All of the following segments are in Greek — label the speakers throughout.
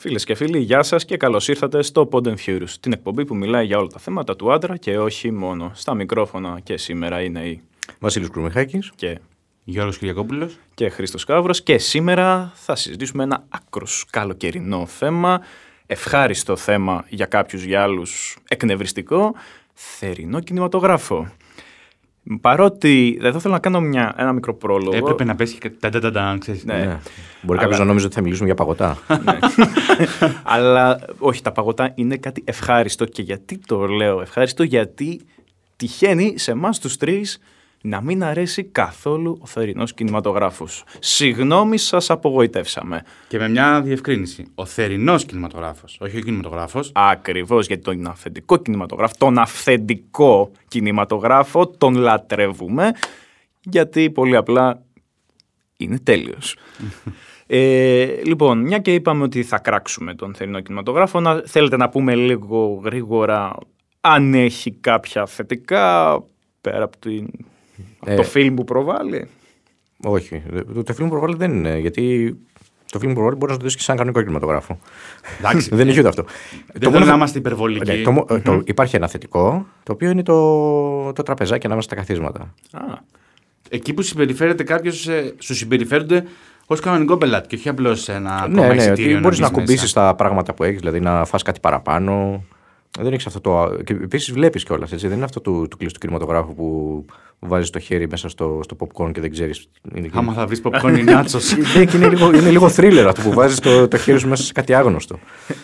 Speaker 1: Φίλες και φίλοι, γεια σας και καλώς ήρθατε στο Pod and Furious, την εκπομπή που μιλάει για όλα τα θέματα του άντρα και όχι μόνο. Στα μικρόφωνα και σήμερα είναι η
Speaker 2: Βασίλης Κρουμεχάκη.
Speaker 1: και,
Speaker 3: Γιώργος Κυριακόπουλος.
Speaker 1: και Χρήστος Καύρος και σήμερα θα συζητήσουμε ένα άκρος καλοκαιρινό θέμα. Ευχάριστο θέμα για κάποιους, για άλλους εκνευριστικό. Θερινό κινηματογράφο. Παρότι. Εδώ θέλω να κάνω μια, ένα μικρό πρόλογο.
Speaker 3: Έπρεπε να πέσει και τα τα τα ξέρεις.
Speaker 1: Ναι.
Speaker 2: Ναι. Μπορεί κάποιος
Speaker 1: Αλλά-
Speaker 2: να νόμιζε ότι θα μιλήσουμε για παγωτά.
Speaker 1: Αλλά όχι, τα παγωτά είναι κάτι ευχάριστο. Και γιατί το λέω ευχάριστο, γιατί τυχαίνει σε εμάς τους τρεις να μην αρέσει καθόλου ο θερινός κινηματογράφος. Συγγνώμη, σας απογοητεύσαμε.
Speaker 3: Και με μια διευκρίνηση. Ο θερινός κινηματογράφος, όχι ο κινηματογράφος,
Speaker 1: Ακριβώς γιατί τον αυθεντικό κινηματογράφο, τον αυθεντικό κινηματογράφο, τον λατρεύουμε, γιατί πολύ απλά είναι τέλειος. Ε, λοιπόν, μια και είπαμε ότι θα κράξουμε τον θερινό κινηματογράφο, να, θέλετε να πούμε λίγο γρήγορα αν έχει κάποια θετικά πέρα από, την, από
Speaker 2: Ε.
Speaker 1: το φιλμ που προβάλλει.
Speaker 2: Όχι. Το, το film προβάλλει δεν είναι. Γιατί το film προβάλλει μπορείς να το δεις και σαν κανονικό κινηματογράφο.
Speaker 3: Εντάξει.
Speaker 2: δεν έχει ούτε αυτό. μόνο
Speaker 3: δεν θέλω να
Speaker 2: θε-
Speaker 3: είμαστε
Speaker 2: Ναι,
Speaker 3: υπερβολικοί.
Speaker 2: το, μο- ε, το, υπάρχει ένα θετικό, το οποίο είναι το, το τραπεζάκι ανάμεσα στα καθίσματα.
Speaker 1: Α,
Speaker 3: Εκεί που συμπεριφέρεται κάποιος, σου συμπεριφέρονται ως κανονικό πελάτη και όχι απλώς ένα ακόμα
Speaker 2: ναι, ναι,
Speaker 3: εισιτήριο
Speaker 2: ότι μπορείς να
Speaker 3: μπεις
Speaker 2: κουμπίσει
Speaker 3: μέσα.
Speaker 2: τα πράγματα που έχεις, δηλαδή να φας κάτι παραπάνω. Δεν έχεις αυτό το. Και επίσης βλέπεις κιόλας. Δεν είναι αυτό του, του κλειστού κινηματογράφου που βάζεις το χέρι μέσα στο, στο popcorn και δεν ξέρεις.
Speaker 3: Άμα θα βρεις popcorn ή νάτσος.
Speaker 2: Ναι, και είναι λίγο, είναι λίγο thriller αυτό που βάζεις το, το χέρι σου μέσα σε κάτι άγνωστο.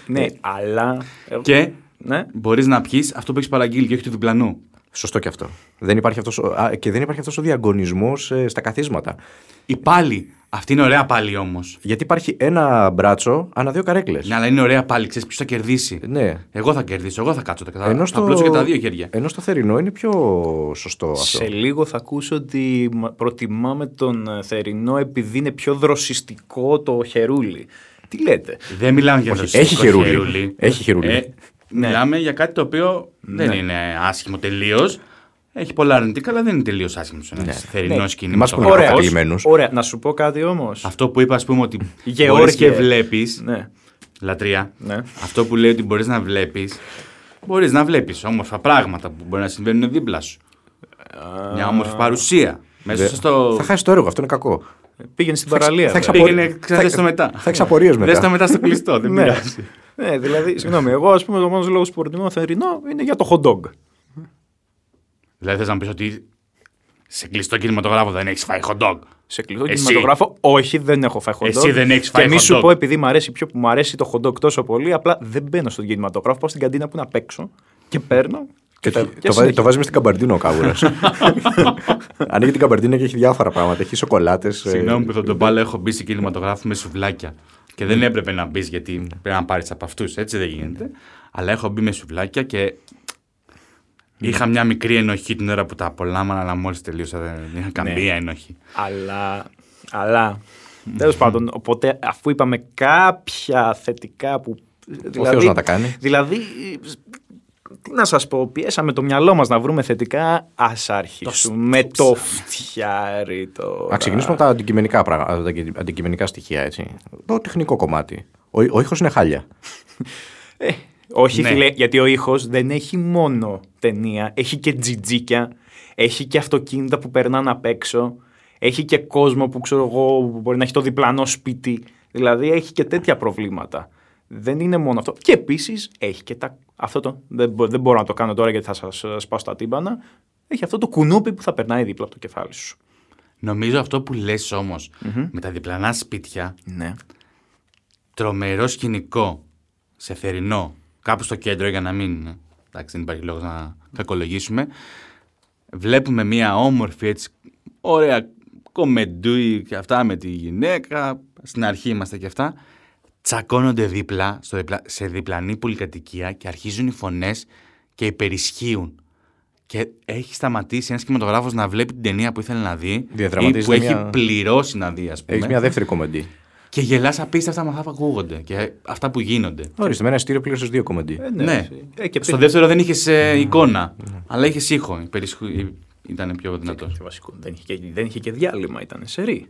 Speaker 1: ναι, αλλά...
Speaker 3: και
Speaker 1: Ναι.
Speaker 3: μπορείς να πιεις αυτό που έχεις παραγγείλει και όχι του διπλανού.
Speaker 2: Σωστό και αυτό. Δεν υπάρχει αυτός, ο- α, και δεν υπάρχει αυτός ο διαγωνισμός ε, στα καθίσματα.
Speaker 3: Η πάλι. Αυτή είναι ωραία πάλι όμως.
Speaker 2: Γιατί υπάρχει ένα μπράτσο ανά δύο καρέκλες.
Speaker 3: Ναι, αλλά είναι ωραία πάλι. Ξέρεις ποιος θα κερδίσει.
Speaker 2: Ναι.
Speaker 3: Εγώ θα κερδίσω, εγώ θα κάτσω. Θα,
Speaker 2: Ενώ
Speaker 3: θα
Speaker 2: στο-
Speaker 3: πλώσω και τα δύο χέρια.
Speaker 2: Ενώ στο θερινό είναι πιο σωστό αυτό.
Speaker 1: Σε λίγο θα ακούσω ότι μα- προτιμάμε τον ε, θερινό επειδή είναι πιο δροσιστικό το χερούλι. Τι λέτε.
Speaker 3: Δεν μιλάμε για
Speaker 2: Όχι,
Speaker 3: δροσιστικό
Speaker 2: έχει χερούλι. Έχει χερούλι.
Speaker 3: Ε,
Speaker 1: Ναι.
Speaker 2: Ναι.
Speaker 3: Μιλάμε για κάτι το οποίο δεν είναι άσχημο τελείως. Έχει πολλά αρνητικά, αλλά δεν είναι τελείως άσχημος ένας ναι. θερινός
Speaker 1: Ναι.
Speaker 3: κίνημα.
Speaker 2: Μας
Speaker 3: Το
Speaker 2: που είναι
Speaker 3: οποίο-
Speaker 2: καταγγελμένοι. καταγγελμένους.
Speaker 1: Ωραία, να σου πω κάτι όμως.
Speaker 3: Αυτό που είπα, ας πούμε, ότι
Speaker 1: Γεώργιε.
Speaker 3: μπορεί και βλέπεις.
Speaker 1: Ναι.
Speaker 3: Λατρεία.
Speaker 1: Ναι.
Speaker 3: Αυτό που λέει ότι μπορείς να βλέπεις. Μπορείς να βλέπεις όμορφα πράγματα που μπορεί να συμβαίνουν δίπλα σου. Μια όμορφη παρουσία. Μέσα
Speaker 2: Δε-
Speaker 3: στο.
Speaker 2: Θα χάσεις το έργο, αυτό είναι κακό.
Speaker 1: Πήγαινε στην
Speaker 2: Θα εξ-
Speaker 1: παραλία.
Speaker 2: θα
Speaker 1: βέβαια.
Speaker 2: εξαπο-
Speaker 3: Πήγαινε,
Speaker 2: θα-
Speaker 3: ξαδέσαι το μετά.
Speaker 2: θα έχεις απορίες μετά.
Speaker 3: Δες το μετά στο κλειστό, δεν
Speaker 1: Ναι.
Speaker 3: πειράζει.
Speaker 1: Ναι, δηλαδή, συγγνώμη, εγώ ας πούμε το μόνος λόγος που προτιμώ θερινό είναι για το hot dog.
Speaker 3: Δηλαδή θες να πεις ότι σε κλειστό κινηματογράφο δεν έχεις φάει hot dog.
Speaker 1: Σε κλειστό
Speaker 3: Εσύ.
Speaker 1: κινηματογράφο, όχι, δεν έχω φάει hot dog.
Speaker 3: Εσύ δεν έχεις φάει
Speaker 1: Και μη
Speaker 3: hot
Speaker 1: σου
Speaker 3: dog.
Speaker 1: πω, επειδή μου αρέσει πιο που μου αρέσει το hot dog τόσο πολύ, απλά δεν μπαίνω στον κινηματογράφο. Πάω στην καντίνα που είναι απ' έξω και παίρνω.
Speaker 2: Και
Speaker 1: τα-
Speaker 2: το, το, βάζει,
Speaker 1: συνεχίζω.
Speaker 2: το βάζει μες στην καμπαρντίνα ο καβούρας. Ανοίγει την καμπαρντίνα και έχει διάφορα πράγματα. Έχει ε, σοκολάτε.
Speaker 3: Συγγνώμη που τον τομπάλα έχω μπει σε κινηματογράφο με σουβλάκια. Και δεν έπρεπε να μπεις γιατί πρέπει να πάρεις από αυτούς. Έτσι δεν γίνεται. Αλλά έχω μπει με σουβλάκια και είχα μια μικρή ενοχή την ώρα που τα απολάμβανα, αλλά μόλις τελείωσα δεν είχα καμία ενοχή.
Speaker 1: Αλλά. αλλά Τέλος πάντων, οπότε αφού είπαμε κάποια θετικά που.
Speaker 2: Θεός να τα κάνει.
Speaker 1: Δηλαδή, ε, σ- τι να σας πω, πιέσαμε το μυαλό μας να βρούμε θετικά. Ας αρχίσουμε το, φτιάρι τώρα.
Speaker 2: Α ξεκινήσουμε από τα αντικειμενικά, πράγματα, τα αντικει- αντικειμενικά στοιχεία. Έτσι. Το τεχνικό κομμάτι. Ο, ο ήχος είναι χάλια.
Speaker 1: Ε, όχι,
Speaker 3: Ναι.
Speaker 1: φίλε, γιατί ο ήχος δεν έχει μόνο ταινία. Έχει και τζιτζίκια. Έχει και αυτοκίνητα που περνάνε απ' έξω. Έχει και κόσμο που ξέρω εγώ που μπορεί να έχει το διπλανό σπίτι. Δηλαδή έχει και τέτοια προβλήματα. Δεν είναι μόνο αυτό. Και επίσης έχει και τα. Αυτό το. Δεν, μπο- δεν μπορώ να το κάνω τώρα γιατί θα σας σπάσω τα τύμπανα. Έχει αυτό το κουνούπι που θα περνάει δίπλα από το κεφάλι σου.
Speaker 3: Νομίζω αυτό που λες όμως με τα διπλανά σπίτια,
Speaker 1: Ναι.
Speaker 3: τρομερό σκηνικό σε θερινό, κάπου στο κέντρο για να μην. ε, Εντάξει, δεν υπάρχει λόγος να κακολογήσουμε. Βλέπουμε μια όμορφη έτσι, ωραία κομμεντούι και αυτά με τη γυναίκα. Στην αρχή είμαστε και αυτά. Τσακώνονται δίπλα, στο διπλα- σε διπλανή πολυκατοικία και αρχίζουν οι φωνές και υπερισχύουν. Και έχει σταματήσει ένας κινηματογράφος να βλέπει την ταινία που ήθελε να δει ή
Speaker 2: Διαδραματίζεται
Speaker 3: που έχει
Speaker 2: μια-
Speaker 3: πληρώσει να δει, ας πούμε.
Speaker 2: Έχει μια δεύτερη κομμεντή.
Speaker 3: Και γελάς απίστευτα με αυτά που ακούγονται και αυτά που γίνονται.
Speaker 2: Ορίστε, με ένα ειστήριο πλήρωσε δύο κομμεντή.
Speaker 1: ναι.
Speaker 3: Ναι.
Speaker 1: Ε, και
Speaker 3: Στο δεύτερο δεν είχες εικόνα, αλλά είχες ήχο. Η περισχου- η- Ήταν πιο δυνατός.
Speaker 1: Και βασικό, δεν, είχε και, δεν είχε και διάλειμμα, ήταν σε ρί.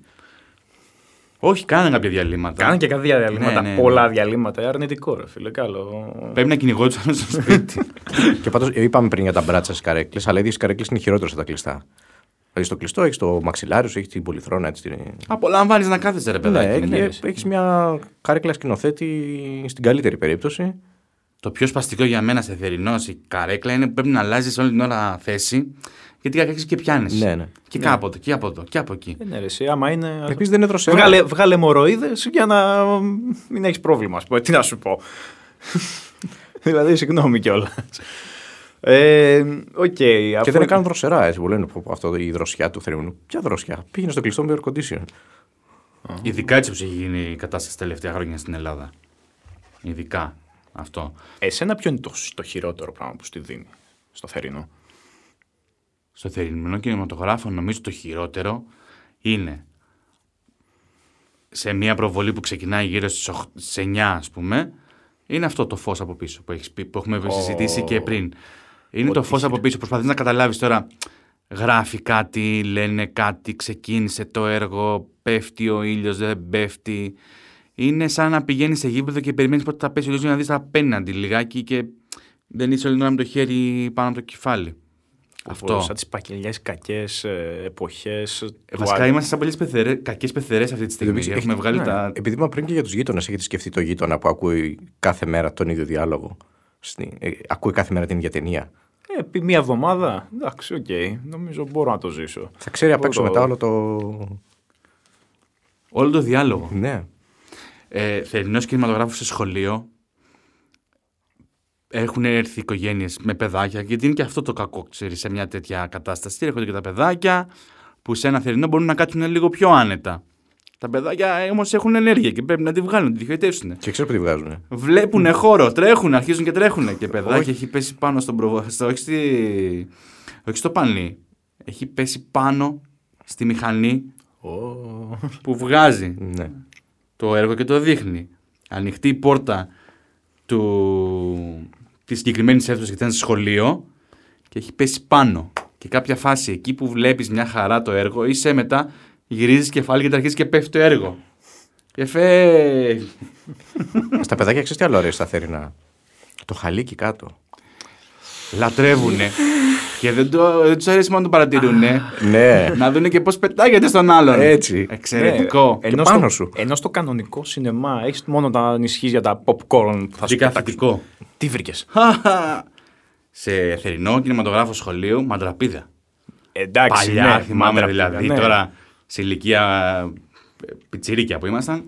Speaker 3: Όχι, κάνανε κάποια διαλύματα.
Speaker 1: Κάνανε και κάτι διαλύματα.
Speaker 3: Ναι, ναι, ναι.
Speaker 1: Πολλά διαλύματα. Ε, Αρνητικό, ρε φίλε. Καλό.
Speaker 3: Πρέπει να κυνηγόντουσαν στο σπίτι.
Speaker 2: Και πάντως είπαμε πριν για τα μπράτσα στις καρέκλες, αλλά οι ίδιε καρέκλες είναι χειρότερε από τα κλειστά. Δηλαδή στο κλειστό έχεις το μαξιλάριο, έχεις την πολυθρόνα. Έτσι, την...
Speaker 3: Απολαμβάνεις να κάθεσαι, ρε
Speaker 2: Ναι,
Speaker 3: παιδάκι. ναι.
Speaker 2: έχεις μια καρέκλα σκηνοθέτη στην καλύτερη περίπτωση.
Speaker 3: Το πιο σπαστικό για μένα σε θερινό η καρέκλα είναι που πρέπει να αλλάζεις όλη την ώρα θέση γιατί καχέξει και πιάνεις.
Speaker 2: Ναι, ναι.
Speaker 3: Και κάποτε, και από εδώ, και από εκεί.
Speaker 1: Ε, ναι, ρε, εσύ, άμα είναι.
Speaker 2: Επίση δεν είναι δροσερό.
Speaker 1: Βγάλε, βγάλε μοροίδες για να μην έχεις πρόβλημα, ας πούμε. Τι να σου πω. δηλαδή, συγγνώμη κιόλας. Ε, Οκ.
Speaker 2: Και
Speaker 1: αφού-
Speaker 2: δεν είναι καν δροσερά. Έτσι, που λένε πω, πω, αυτό η δροσιά του θερμινού. Ποια δροσιά. Πήγαινε στο κλειστό με air condition.
Speaker 3: Ειδικά έτσι όπως έχει γίνει η κατάσταση τα τελευταία χρόνια στην Ελλάδα. Ειδικά αυτό.
Speaker 1: Εσένα ποιο είναι το, το χειρότερο πράγμα που στη δίνει στο θερινό.
Speaker 3: Στο θερινό κινηματογράφο νομίζω το χειρότερο είναι σε μια προβολή που ξεκινάει γύρω στις 8 στις 9 ας πούμε είναι αυτό το φως από πίσω που, έχεις πει- που έχουμε συζητήσει και πριν. Είναι το φως από πίσω. Προσπαθείς να καταλάβεις τώρα γράφει κάτι, λένε κάτι, ξεκίνησε το έργο, πέφτει ο ήλιος, δεν πέφτει. Είναι σαν να πηγαίνεις σε γήπεδο και περιμένεις πότε θα πέσει ο ήλιος για να δεις τα απέναντι λιγάκι και δεν είσαι όλη την ώρα με το χέρι πάνω από το κεφάλι. Αυτό.
Speaker 1: Σαν τις πακελιές κακές εποχές.
Speaker 3: Ε, Βασικά είμαστε σαν πολλές πεθερέ, κακές πεθερές αυτή τη στιγμή.
Speaker 2: Επίσης,
Speaker 3: Έχουμε
Speaker 2: έχετε-
Speaker 3: βγάλει
Speaker 2: ναι.
Speaker 3: τα.
Speaker 2: Επειδή είπα πριν και για τους γείτονες, έχετε σκεφτεί το γείτονα που ακούει κάθε μέρα τον ίδιο διάλογο. Στην- ε, ακούει κάθε μέρα την ίδια ταινία.
Speaker 1: Επί ε, μία εβδομάδα. Εντάξει, οκ. Νομίζω μπορώ να το ζήσω.
Speaker 2: Θα ξέρει απ' έξω
Speaker 1: Μπορώ.
Speaker 2: μετά όλο το.
Speaker 3: Όλο το διάλογο.
Speaker 2: Ναι.
Speaker 3: Ε, Θερινός κινηματογράφος σε σχολείο. Έχουν έρθει οικογένειες με παιδάκια, γιατί είναι και αυτό το κακό, ξέρεις, σε μια τέτοια κατάσταση. Έρχονται και τα παιδάκια που σε ένα θερινό μπορούν να κάτσουν λίγο πιο άνετα. Τα παιδάκια όμως έχουν ενέργεια και πρέπει να τη βγάλουν, να τη διοχετεύσουν.
Speaker 2: Και ξέρω που τη βγάζουν.
Speaker 3: Βλέπουν χώρο, τρέχουν, αρχίζουν και τρέχουν. Και παιδάκι έχει πέσει πάνω στον προβο... στο, όχι, στη... όχι στο πανί. Έχει πέσει πάνω στη μηχανή που βγάζει
Speaker 2: Ναι.
Speaker 3: το έργο και το δείχνει. Ανοιχτή η πόρτα του... της συγκεκριμένης αίθουσας γιατί ήταν σχολείο και έχει πέσει πάνω. Και κάποια φάση εκεί που βλέπεις μια χαρά το έργο, είσαι μετά γυρίζεις κεφάλι και τα αρχίζεις και πέφτει το έργο. Και φεύγει.
Speaker 2: Στα παιδάκια ξέρεις τι άλλο αρέσει στα θερινά. Το χαλίκι κάτω.
Speaker 3: Λατρεύουνε. και δεν, το, δεν τους αρέσει μόνο να τον παρατηρούνε.
Speaker 2: Ναι.
Speaker 3: να δούνε και πώς πετάγεται στον άλλον.
Speaker 2: Έτσι.
Speaker 3: Εξαιρετικό.
Speaker 1: Ναι,
Speaker 2: Και πάνω
Speaker 1: στο,
Speaker 2: σου.
Speaker 1: Ενώ στο κανονικό σινεμά έχεις μόνο τα νησχείς για τα popcorn που θα σου
Speaker 3: Βγήκα
Speaker 1: πετάξουν.
Speaker 3: αθλητικό.
Speaker 1: Τι βρήκες.
Speaker 3: Σε θερινό κινηματογράφο σχολείου, μαντραπίδα.
Speaker 1: Εντάξει.
Speaker 3: Παλιά
Speaker 1: ναι,
Speaker 3: θυμάμαι
Speaker 1: μάντρα,
Speaker 3: δηλαδή.
Speaker 1: ναι.
Speaker 3: Τώρα σε ηλικία ε, πιτσιρίκια που ήμασταν.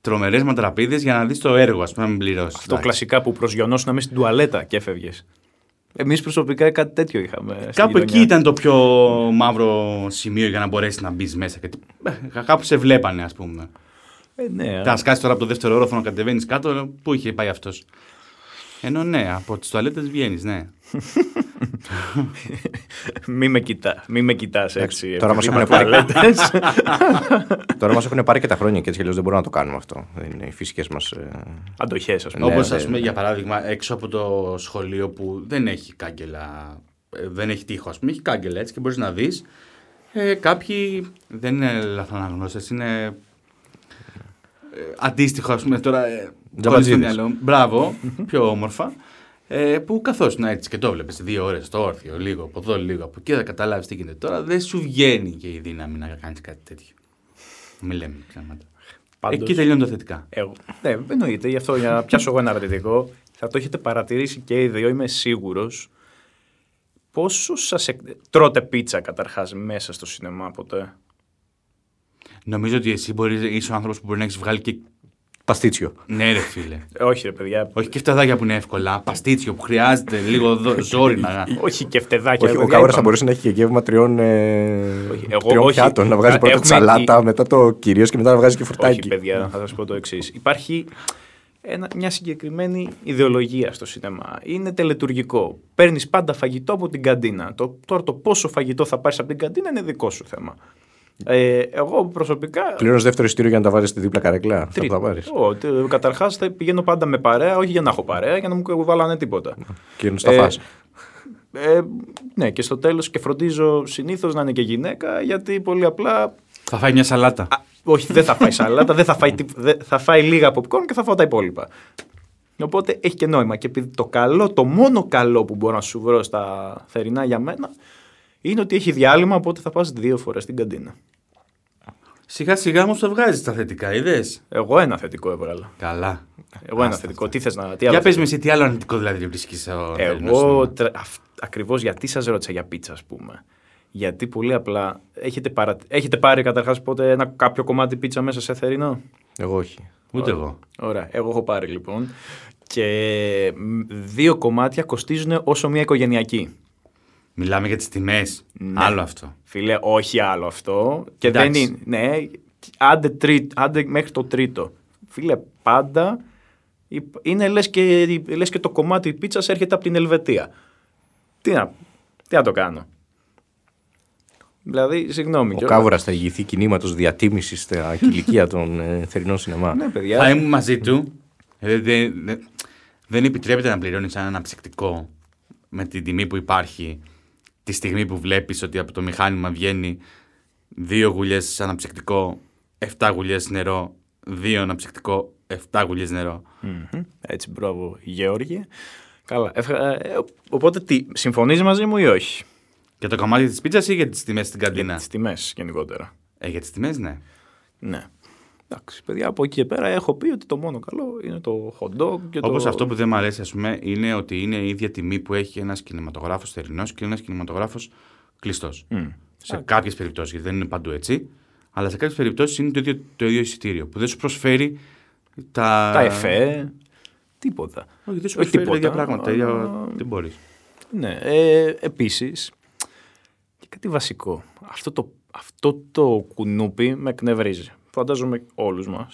Speaker 3: Τρομερέ μαντραπίδε για να δεις το έργο, ας πούμε, να μην πληρώσεις.
Speaker 1: Το κλασικά που προσγειωνόσουν μέσα στην τουαλέτα και έφευγες. Εμείς προσωπικά κάτι τέτοιο είχαμε. στη
Speaker 3: Κάπου
Speaker 1: γειτονιά.
Speaker 3: εκεί ήταν το πιο μαύρο σημείο για να μπορέσεις να μπεις μέσα. Και... ε, Κάπου σε βλέπανε, ας πούμε.
Speaker 1: Ε, ναι,
Speaker 3: Τα σκάσεις τώρα από το δεύτερο όροφο να κατεβαίνεις κάτω, λέω, πού είχε πάει αυτός. Ενώ ναι, από τις τουαλέτες βγαίνεις, ναι.
Speaker 1: μη με κοιτά. Μη με κοιτάς έτσι.
Speaker 2: τώρα μας
Speaker 1: επειδή
Speaker 2: έχουνε
Speaker 1: είναι τουαλέτες.
Speaker 2: Τώρα μας έχουν πάρει και τα χρόνια και έτσι κι αλλιώς δεν μπορούμε να το κάνουμε αυτό. Δεν είναι οι φυσικές μας.
Speaker 1: Αντοχές, ας πούμε.
Speaker 2: Ναι,
Speaker 3: Όπω
Speaker 2: ναι,
Speaker 3: α πούμε για παράδειγμα έξω από το σχολείο που δεν έχει κάγκελα. ε, Δεν έχει τείχο, ας πούμε, έχει κάγκελα έτσι και μπορείς να δεις. Ε, κάποιοι δεν είναι λαθαναγνώστες, είναι. ε, αντίστοιχο, ας πούμε, τώρα. Ε, κόλλησε στο
Speaker 2: Τζαμπατζίδες.
Speaker 3: μυαλό μου. Μπράβο, πιο όμορφα. Ε, που καθώς να έτσι και το βλέπεις δύο ώρες το όρθιο, λίγο από εδώ, λίγο από εκεί, θα καταλάβεις τι γίνεται τώρα. Δεν σου βγαίνει και η δύναμη να κάνεις κάτι τέτοιο. Μην λέμε ψέματα.
Speaker 1: Πάντως-
Speaker 3: Εκεί τελειώνουν τα θετικά.
Speaker 1: Εγώ. Ναι, εννοείται. Γι' αυτό για να πιάσω εγώ ένα αρνητικό. Θα το έχετε παρατηρήσει και οι δύο, είμαι σίγουρος. Πόσο σας. Εκ... Τρώτε πίτσα καταρχάς μέσα στο σινεμά ποτέ.
Speaker 3: Νομίζω ότι εσύ μπορείς, είσαι ο άνθρωπος που μπορεί να έχεις βγάλει και.
Speaker 2: Παστίτσιο.
Speaker 3: Ναι, ρε φίλε.
Speaker 1: Ε, όχι, ρε παιδιά.
Speaker 3: Όχι και φταδάκια που είναι εύκολα. Παστίτσιο που χρειάζεται λίγο δο- ζόρι να.
Speaker 1: Όχι και φτεδάκια.
Speaker 2: Όχι,
Speaker 1: ρε
Speaker 2: ο
Speaker 1: παιδιά,
Speaker 2: Καόρα θα
Speaker 1: είπαμε.
Speaker 2: μπορούσε να έχει και γεύμα τριών, ε,
Speaker 1: Όχι, εγώ-
Speaker 2: τριών
Speaker 1: όχι.
Speaker 2: πιάτων. Να βγάζει
Speaker 1: Α,
Speaker 2: πρώτα τη
Speaker 1: έχουμε
Speaker 2: σαλάτα,
Speaker 1: τη-
Speaker 2: μετά το κυρίως και μετά να βγάζει και
Speaker 1: Όχι,
Speaker 2: φουρτάκι.
Speaker 1: παιδιά, θα σας πω το εξής. Υπάρχει ένα, μια συγκεκριμένη ιδεολογία στο σινεμά. Είναι τελετουργικό. Παίρνεις πάντα φαγητό από την καντίνα. Το, τώρα το πόσο φαγητό θα πάρεις από την καντίνα είναι δικό σου θέμα. Ε, εγώ προσωπικά.
Speaker 2: Πληρώνεις δεύτερο ειστήριο για να τα βάζεις στη δίπλα καρέκλα. Αυτά που
Speaker 1: Τρίτη.
Speaker 2: θα πάρεις.
Speaker 1: Ω, τε- καταρχάς θα πηγαίνω πάντα με παρέα, όχι για να έχω παρέα, για να μου κουβαλάνε τίποτα.
Speaker 2: Και να στα
Speaker 1: Ε,
Speaker 2: φας.
Speaker 1: Ε, ναι, και στο τέλος και φροντίζω συνήθως να είναι και γυναίκα, γιατί πολύ απλά
Speaker 3: Θα φάει μια σαλάτα.
Speaker 1: Όχι, δεν θα φάει σαλάτα, δεν θα φάει, τί- δεν- θα φάει λίγα popcorn και θα φάω τα υπόλοιπα. Οπότε έχει και νόημα. Και επειδή το καλό, το μόνο καλό που μπορώ να σου βρω στα θερινά για μένα είναι ότι έχει διάλειμμα, οπότε θα πας δύο φορές στην καντίνα.
Speaker 3: Σιγά σιγά όμως το βγάζεις τα θετικά, είδες.
Speaker 1: Εγώ ένα θετικό έβγαλα.
Speaker 3: Καλά.
Speaker 1: Εγώ ένα
Speaker 3: Άστα
Speaker 1: θετικό. Τι θες να. Τι
Speaker 3: Για
Speaker 1: άλλο
Speaker 3: πες
Speaker 1: θες.
Speaker 3: με σε τι άλλο αρνητικό δηλαδή βρίσκει.
Speaker 1: Ε,
Speaker 3: ναι.
Speaker 1: Εγώ ακριβώς γιατί σας ρώτησα για πίτσα, ας πούμε. Γιατί πολύ απλά έχετε, παρα... έχετε πάρει καταρχάς ποτέ ένα κάποιο κομμάτι πίτσα μέσα σε θερινό.
Speaker 2: Εγώ όχι.
Speaker 3: Ούτε εγώ.
Speaker 1: Ωραία, εγώ έχω πάρει λοιπόν. Και μ, δύο κομμάτια κοστίζουν όσο μια οικογενειακή.
Speaker 3: Μιλάμε για τις τιμές. Άλλο αυτό.
Speaker 1: Ναι. Φίλε, όχι άλλο αυτό. Και
Speaker 3: Εντάξει.
Speaker 1: δεν είναι. Ναι, άντε, τρί- άντε μέχρι το τρίτο. Φίλε, πάντα υπ- είναι λες και, λες και το κομμάτι πίτσας έρχεται από την Ελβετία. Τι να, τι να το κάνω. Δηλαδή, συγγνώμη.
Speaker 2: Ο
Speaker 1: κιόλας.
Speaker 2: Κάβουρας θα ηγηθεί κινήματος διατίμησης στα κηλικία των ε, θερινών σινεμά.
Speaker 1: Ναι, παιδιά.
Speaker 3: Θα ήμουν μαζί του. Ε, Δεν, δεν, δεν επιτρέπεται να πληρώνεις ένα αναψυκτικό με την τιμή που υπάρχει τη στιγμή που βλέπεις ότι από το μηχάνημα βγαίνει δύο γουλιές αναψυκτικό, 7 γουλιές νερό, δύο αναψυκτικό, 7 γουλιές νερό.
Speaker 1: Μμμ. Έτσι, μπράβο, Γεώργη. Καλά. Ευχα- ε, ο- Οπότε, τι, συμφωνείς μαζί μου ή όχι.
Speaker 3: Ναι. Για το κομμάτι της πίτσας ή για τις τιμές στην καντίνα.
Speaker 1: Τις τιμές γενικότερα.
Speaker 3: Ε, για τις τιμές, ναι.
Speaker 1: Ναι. Εντάξει, παιδιά, από εκεί και πέρα έχω πει ότι το μόνο καλό είναι το hot dog και
Speaker 3: Όπω
Speaker 1: το...
Speaker 3: αυτό που δεν μου αρέσει, ας πούμε, είναι ότι είναι η ίδια τιμή που έχει ένας κινηματογράφος θερινός και ένας κινηματογράφος κλειστός. Σε κάποιες περιπτώσεις, γιατί δεν είναι παντού έτσι. Αλλά σε κάποιες περιπτώσεις είναι το ίδιο, το ίδιο εισιτήριο που δεν σου προσφέρει τα. Ε,
Speaker 1: Τα εφέ. Τίποτα.
Speaker 3: Όχι, δεν σου
Speaker 1: Όχι
Speaker 3: προσφέρει τα ίδια
Speaker 1: τίποτα,
Speaker 3: πράγματα. τα ίδια-
Speaker 1: αλλά-
Speaker 3: Δεν μπορείς.
Speaker 1: Ναι. Ε, Επίσης. Και κάτι βασικό. Αυτό το, αυτό το κουνούπι με εκνευρίζει. Φαντάζομαι όλους μας.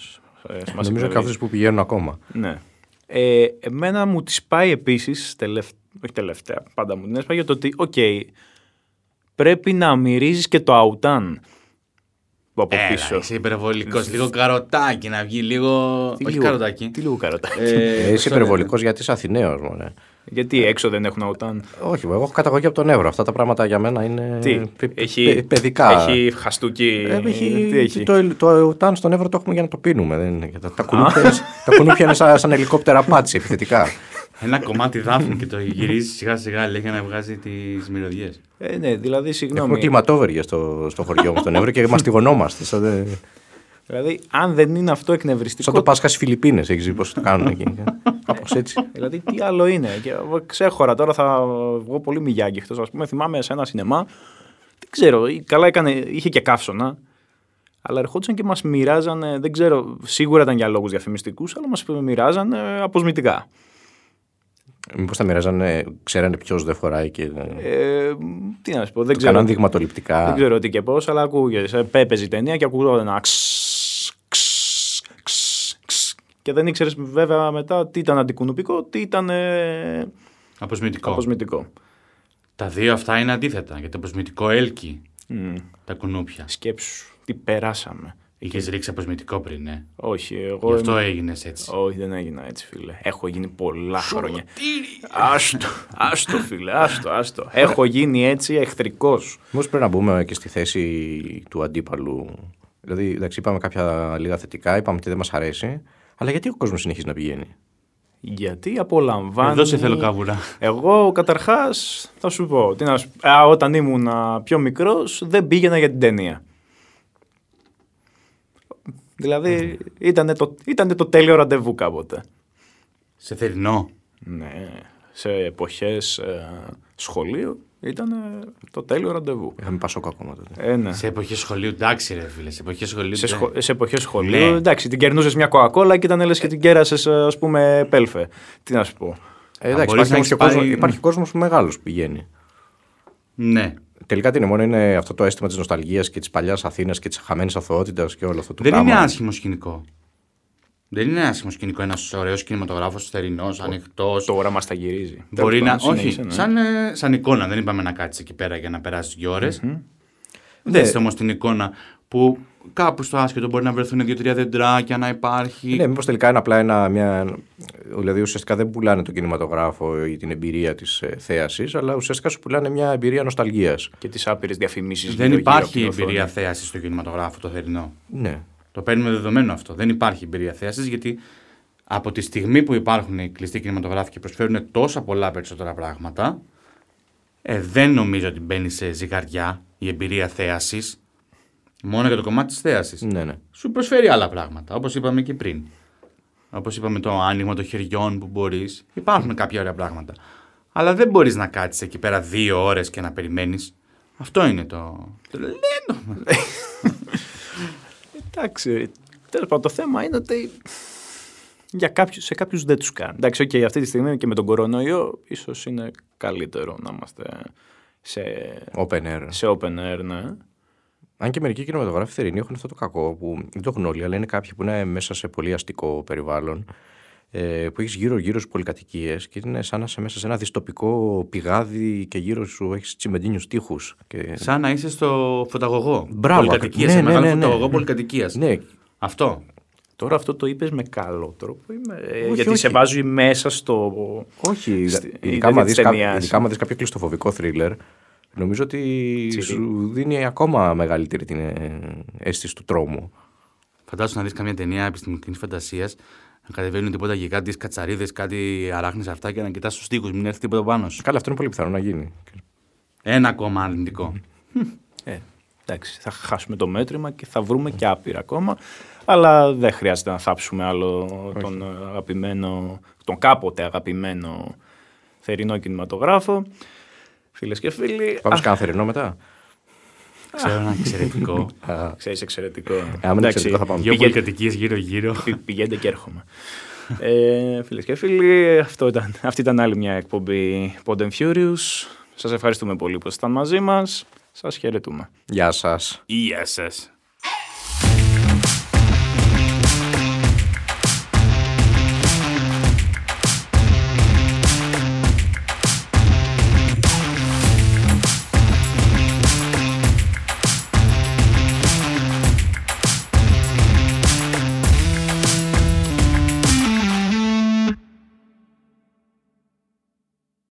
Speaker 2: Νομίζω
Speaker 1: Δηλαδή-
Speaker 2: κάποιου που πηγαίνουν ακόμα.
Speaker 1: Ναι. Ε, εμένα μου τη πάει επίσης. Τελευ... Όχι τελευταία. Πάντα μου την έσπαγε το ότι, οκ, πρέπει να μυρίζεις και το αουτάν. Που από πίσω.
Speaker 3: Έλα, είσαι υπερβολικός. Λίγο καροτάκι να βγει, λίγο.
Speaker 1: Τι
Speaker 3: Όχι
Speaker 1: λίγο-
Speaker 3: καροτάκι.
Speaker 1: Τι λίγο καροτάκι.
Speaker 2: Ε, είσαι υπερβολικός γιατί είσαι Αθηναίος, μωρέ. Ε.
Speaker 1: Γιατί έξω δεν έχουν αουτάν.
Speaker 2: Όχι, εγώ έχω καταγωγή από τον Εύρο. Αυτά τα πράγματα για μένα είναι
Speaker 1: Τι,
Speaker 2: Ε, πε- πε-
Speaker 1: έχει,
Speaker 2: παιδικά.
Speaker 1: Έχει χαστούκι.
Speaker 2: Ε, έχει-
Speaker 1: τι έχει.
Speaker 2: Το, το ουτάν στον Εύρο το έχουμε για να το πίνουμε. Δεν είναι, για τα, τα, κουνούπια, είναι- τα κουνούπια είναι σαν, σαν ελικόπτερα πάτσι επιθετικά.
Speaker 3: Ένα κομμάτι δάφνου και το γυρίζει σιγά σιγά λέει, για να βγάζει τις μυρωδιές.
Speaker 1: Ε, ναι, δηλαδή,
Speaker 2: Έχουμε
Speaker 1: συγγνώμη.
Speaker 2: κλιματόβεργες στο, στο χωριό μου στον Εύρο και μαστιγωνόμαστε. Σαν, δε-
Speaker 1: Δηλαδή, αν δεν είναι αυτό εκνευριστικό.
Speaker 2: σαν το Πάσχα στις Φιλιππίνες, έχεις δει πώς το κάνουν εκεί. Κάπως έτσι.
Speaker 1: Δηλαδή, τι άλλο είναι. Και, εγώ ξέχωρα τώρα, θα βγω πολύ μιγιάκι εκτό. Ας πούμε, θυμάμαι σε ένα σινεμά. Δεν ξέρω, ή- καλά έκανε, είχε και καύσωνα. Αλλά ερχόντουσαν και μας μοιράζανε, δεν ξέρω, σίγουρα ήταν για λόγους διαφημιστικούς, αλλά μας μοιράζανε ε, αποσμητικά.
Speaker 2: Μήπως τα μοιραζάνε, ξέρανε ποιος δεν φοράει και. Ε,
Speaker 1: Ε, τι να σου πω, δεν ξέρω.
Speaker 2: Κάναν δειγματοληπτικά.
Speaker 1: Δεν ξέρω τι και πώς, αλλά ακούγε. Έπαιζε η ταινία και ακούγονταν ένα ξ, ξ, ξ, ξ. Και δεν ήξερες βέβαια μετά τι ήταν αντικουνουπικό, τι ήταν ε,
Speaker 3: Αποσμητικό.
Speaker 1: αποσμητικό.
Speaker 3: Τα δύο αυτά είναι αντίθετα. Γιατί το προσμητικό έλκει
Speaker 1: Μμ.
Speaker 3: τα κουνούπια.
Speaker 1: Σκέψου, τι περάσαμε.
Speaker 3: Είχες ρίξει προσμητικό πριν, ναι.
Speaker 1: Όχι, εγώ.
Speaker 3: Γι' αυτό
Speaker 1: είμαι-
Speaker 3: έγινες έτσι.
Speaker 1: Όχι, δεν έγινα έτσι, φίλε. Έχω γίνει πολλά χρόνια. Άστο, άστο, φίλε, άστο, άστο. Έχω γίνει έτσι εχθρικός.
Speaker 2: Μήπω πρέπει να μπούμε και στη θέση του αντίπαλου. Δηλαδή, εντάξει, είπαμε κάποια λίγα θετικά, είπαμε ότι δεν μας αρέσει. Αλλά γιατί ο κόσμος συνεχίζει να πηγαίνει.
Speaker 1: Γιατί απολαμβάνει.
Speaker 3: Εδώ σε θέλω κάβουρα.
Speaker 1: Εγώ καταρχάς θα σου πω. Τι να σου... Α, όταν ήμουν πιο μικρός, δεν πήγαινα για την ταινία. Δηλαδή, ήταν το, ήτανε το τέλειο ραντεβού κάποτε.
Speaker 3: Σε θερινό.
Speaker 1: Ναι, σε εποχές ε, σχολείου ήταν το τέλειο ραντεβού.
Speaker 2: Είχαμε πασόκο ακόμα τότε.
Speaker 1: Ε, ναι.
Speaker 3: Σε
Speaker 1: Σε,
Speaker 3: εποχές σχολείου, εντάξει, ρε φίλε. Σε εποχές σχολείου. δεν-
Speaker 1: σχο... σε εποχές σχολείου,
Speaker 3: Ναι.
Speaker 1: εντάξει, την κερνούσες μια κοκακόλα και ήταν λες και την κέρασες, ε, ας πούμε, πέλφε. Τι να σου πω.
Speaker 2: Ε, εντάξει,
Speaker 3: μπορείς
Speaker 2: υπάρχει,
Speaker 3: να
Speaker 2: όμως και
Speaker 3: έχεις πάει-
Speaker 2: κόσμο, υπάρχει κόσμος μεγάλος που πηγαίνει.
Speaker 3: Ναι.
Speaker 2: Τελικά τι είναι, μόνο είναι αυτό το αίσθημα της νοσταλγίας και της παλιάς Αθήνας και της χαμένης αθωότητας και όλο αυτό το
Speaker 3: Δεν
Speaker 2: πράγμα.
Speaker 3: είναι άσχημο σκηνικό. Δεν είναι άσχημο σκηνικό ένας ωραίος κινηματογράφος, θερινός, ανοιχτό.
Speaker 1: Τώρα μας τα γυρίζει.
Speaker 3: Μπορεί
Speaker 1: Τέλος
Speaker 3: να.
Speaker 1: πάντων, συνέχισε,
Speaker 3: Όχι,
Speaker 1: ναι.
Speaker 3: σαν, ε, σαν εικόνα. Δεν είπαμε να κάτσεις εκεί πέρα για να περάσεις δύο ώρες. Δέστε όμως την εικόνα που κάπου στο άσχετο μπορεί να βρεθούν δύο-τρία δεντράκια να υπάρχει.
Speaker 2: Ναι, μήπως τελικά είναι απλά ένα, μια... Δηλαδή ουσιαστικά δεν πουλάνε τον κινηματογράφο ή την εμπειρία της ε, θέασης, αλλά ουσιαστικά σου πουλάνε μια εμπειρία νοσταλγίας.
Speaker 1: Και τις άπειρες διαφημίσεις.
Speaker 3: Δεν
Speaker 1: γύρω-γύρω
Speaker 3: υπάρχει
Speaker 1: από την οθόνη.
Speaker 3: εμπειρία θέασης στο κινηματογράφο το θερινό.
Speaker 2: Ναι.
Speaker 3: Το παίρνουμε δεδομένο αυτό. Δεν υπάρχει εμπειρία θέασης γιατί από τη στιγμή που υπάρχουν οι κλειστοί κινηματογράφοι και προσφέρουν τόσα πολλά περισσότερα πράγματα, ε, δεν νομίζω ότι μπαίνει σε ζυγαριά η εμπειρία θέασης μόνο για το κομμάτι της θέασης.
Speaker 2: Ναι, ναι.
Speaker 3: Σου προσφέρει άλλα πράγματα, όπως είπαμε και πριν. Όπως είπαμε, το άνοιγμα των χεριών που μπορείς. Υπάρχουν κάποια ωραία πράγματα. Αλλά δεν μπορείς να κάτσεις εκεί πέρα δύο ώρες και να περιμένεις. Αυτό είναι το. το λένε.
Speaker 1: Εντάξει. Τέλος πάντων, το θέμα είναι ότι για κάποιους, σε κάποιους δεν τους κάνει. Εντάξει, okay, αυτή τη στιγμή και με τον κορονοϊό, ίσως είναι καλύτερο να είμαστε σε,
Speaker 2: Open air.
Speaker 1: σε open air, ναι.
Speaker 2: Αν και μερικοί κινηματογράφοι θερινοί έχουν αυτό το κακό που δεν το έχουν όλοι, αλλά είναι κάποιοι που είναι μέσα σε πολύ αστικό περιβάλλον. ε, Που έχεις γύρω-γύρω σου πολυκατοικίες και είναι σαν να είσαι μέσα σε ένα δυστοπικό πηγάδι και γύρω σου έχεις τσιμεντίνιους τείχους. Και...
Speaker 3: Σαν να είσαι στο φωταγωγό.
Speaker 2: Μπράβο,
Speaker 3: Πολυκατοικίας.
Speaker 2: ναι,
Speaker 3: σε
Speaker 2: ναι,
Speaker 3: μεγάλο
Speaker 2: ναι, ναι.
Speaker 3: φωταγωγό πολυκατοικίας.
Speaker 2: Ναι,
Speaker 3: Αυτό.
Speaker 1: Τώρα αυτό το είπες με καλό τρόπο. Είμαι, ε,
Speaker 2: Όχι,
Speaker 1: γιατί
Speaker 2: όχι.
Speaker 1: σε βάζει μέσα στο.
Speaker 2: όχι.
Speaker 1: Στη-
Speaker 2: Ειδικά άμα
Speaker 1: δεν
Speaker 2: δεις
Speaker 1: της
Speaker 2: κα-
Speaker 1: ταινιάς.
Speaker 2: ειδικά άμα δεις κάποιο κλειστοφοβικό θρίλερ, νομίζω ότι
Speaker 1: Τσιρί.
Speaker 2: σου δίνει ακόμα μεγαλύτερη την ε, αίσθηση του τρόμου.
Speaker 3: Φαντάσου να δεις καμία ταινία επιστημονικής φαντασίας. Να κατεβαίνουν τίποτα γιγάντε, κατσαρίδες, κάτι αράχνες αυτά και να κοιτάς του τοίχου, μην έρθει τίποτα πάνω σου.
Speaker 2: Καλά, αυτό είναι πολύ πιθανό να γίνει.
Speaker 3: Ένα ακόμα αρνητικό.
Speaker 1: Ε, εντάξει, θα χάσουμε το μέτρημα και θα βρούμε και άπειρα ακόμα. Αλλά δεν χρειάζεται να θάψουμε άλλο τον αγαπημένο, τον κάποτε αγαπημένο θερινό κινηματογράφο. Φίλες και φίλοι,
Speaker 2: Πάμε
Speaker 1: α,
Speaker 2: σε κανένα θερινό μετά.
Speaker 3: Ξέρω ένα εξαιρετικό.
Speaker 2: Α,
Speaker 1: ξέρεις εξαιρετικό.
Speaker 2: Ε, άμα είναι
Speaker 1: Εντάξει,
Speaker 2: εξαιρετικό θα πάμε.
Speaker 3: Δύο πολυκατοικίε γύρω-γύρω.
Speaker 1: πη- πηγαίνετε και έρχομαι. ε, φίλες και φίλοι, αυτό ήταν, αυτή ήταν άλλη μια εκπομπή Pod and Furious. Σας ευχαριστούμε πολύ που ήσασταν μαζί μας. Σας χαιρετούμε.
Speaker 2: Γεια σας.
Speaker 3: Γεια σας.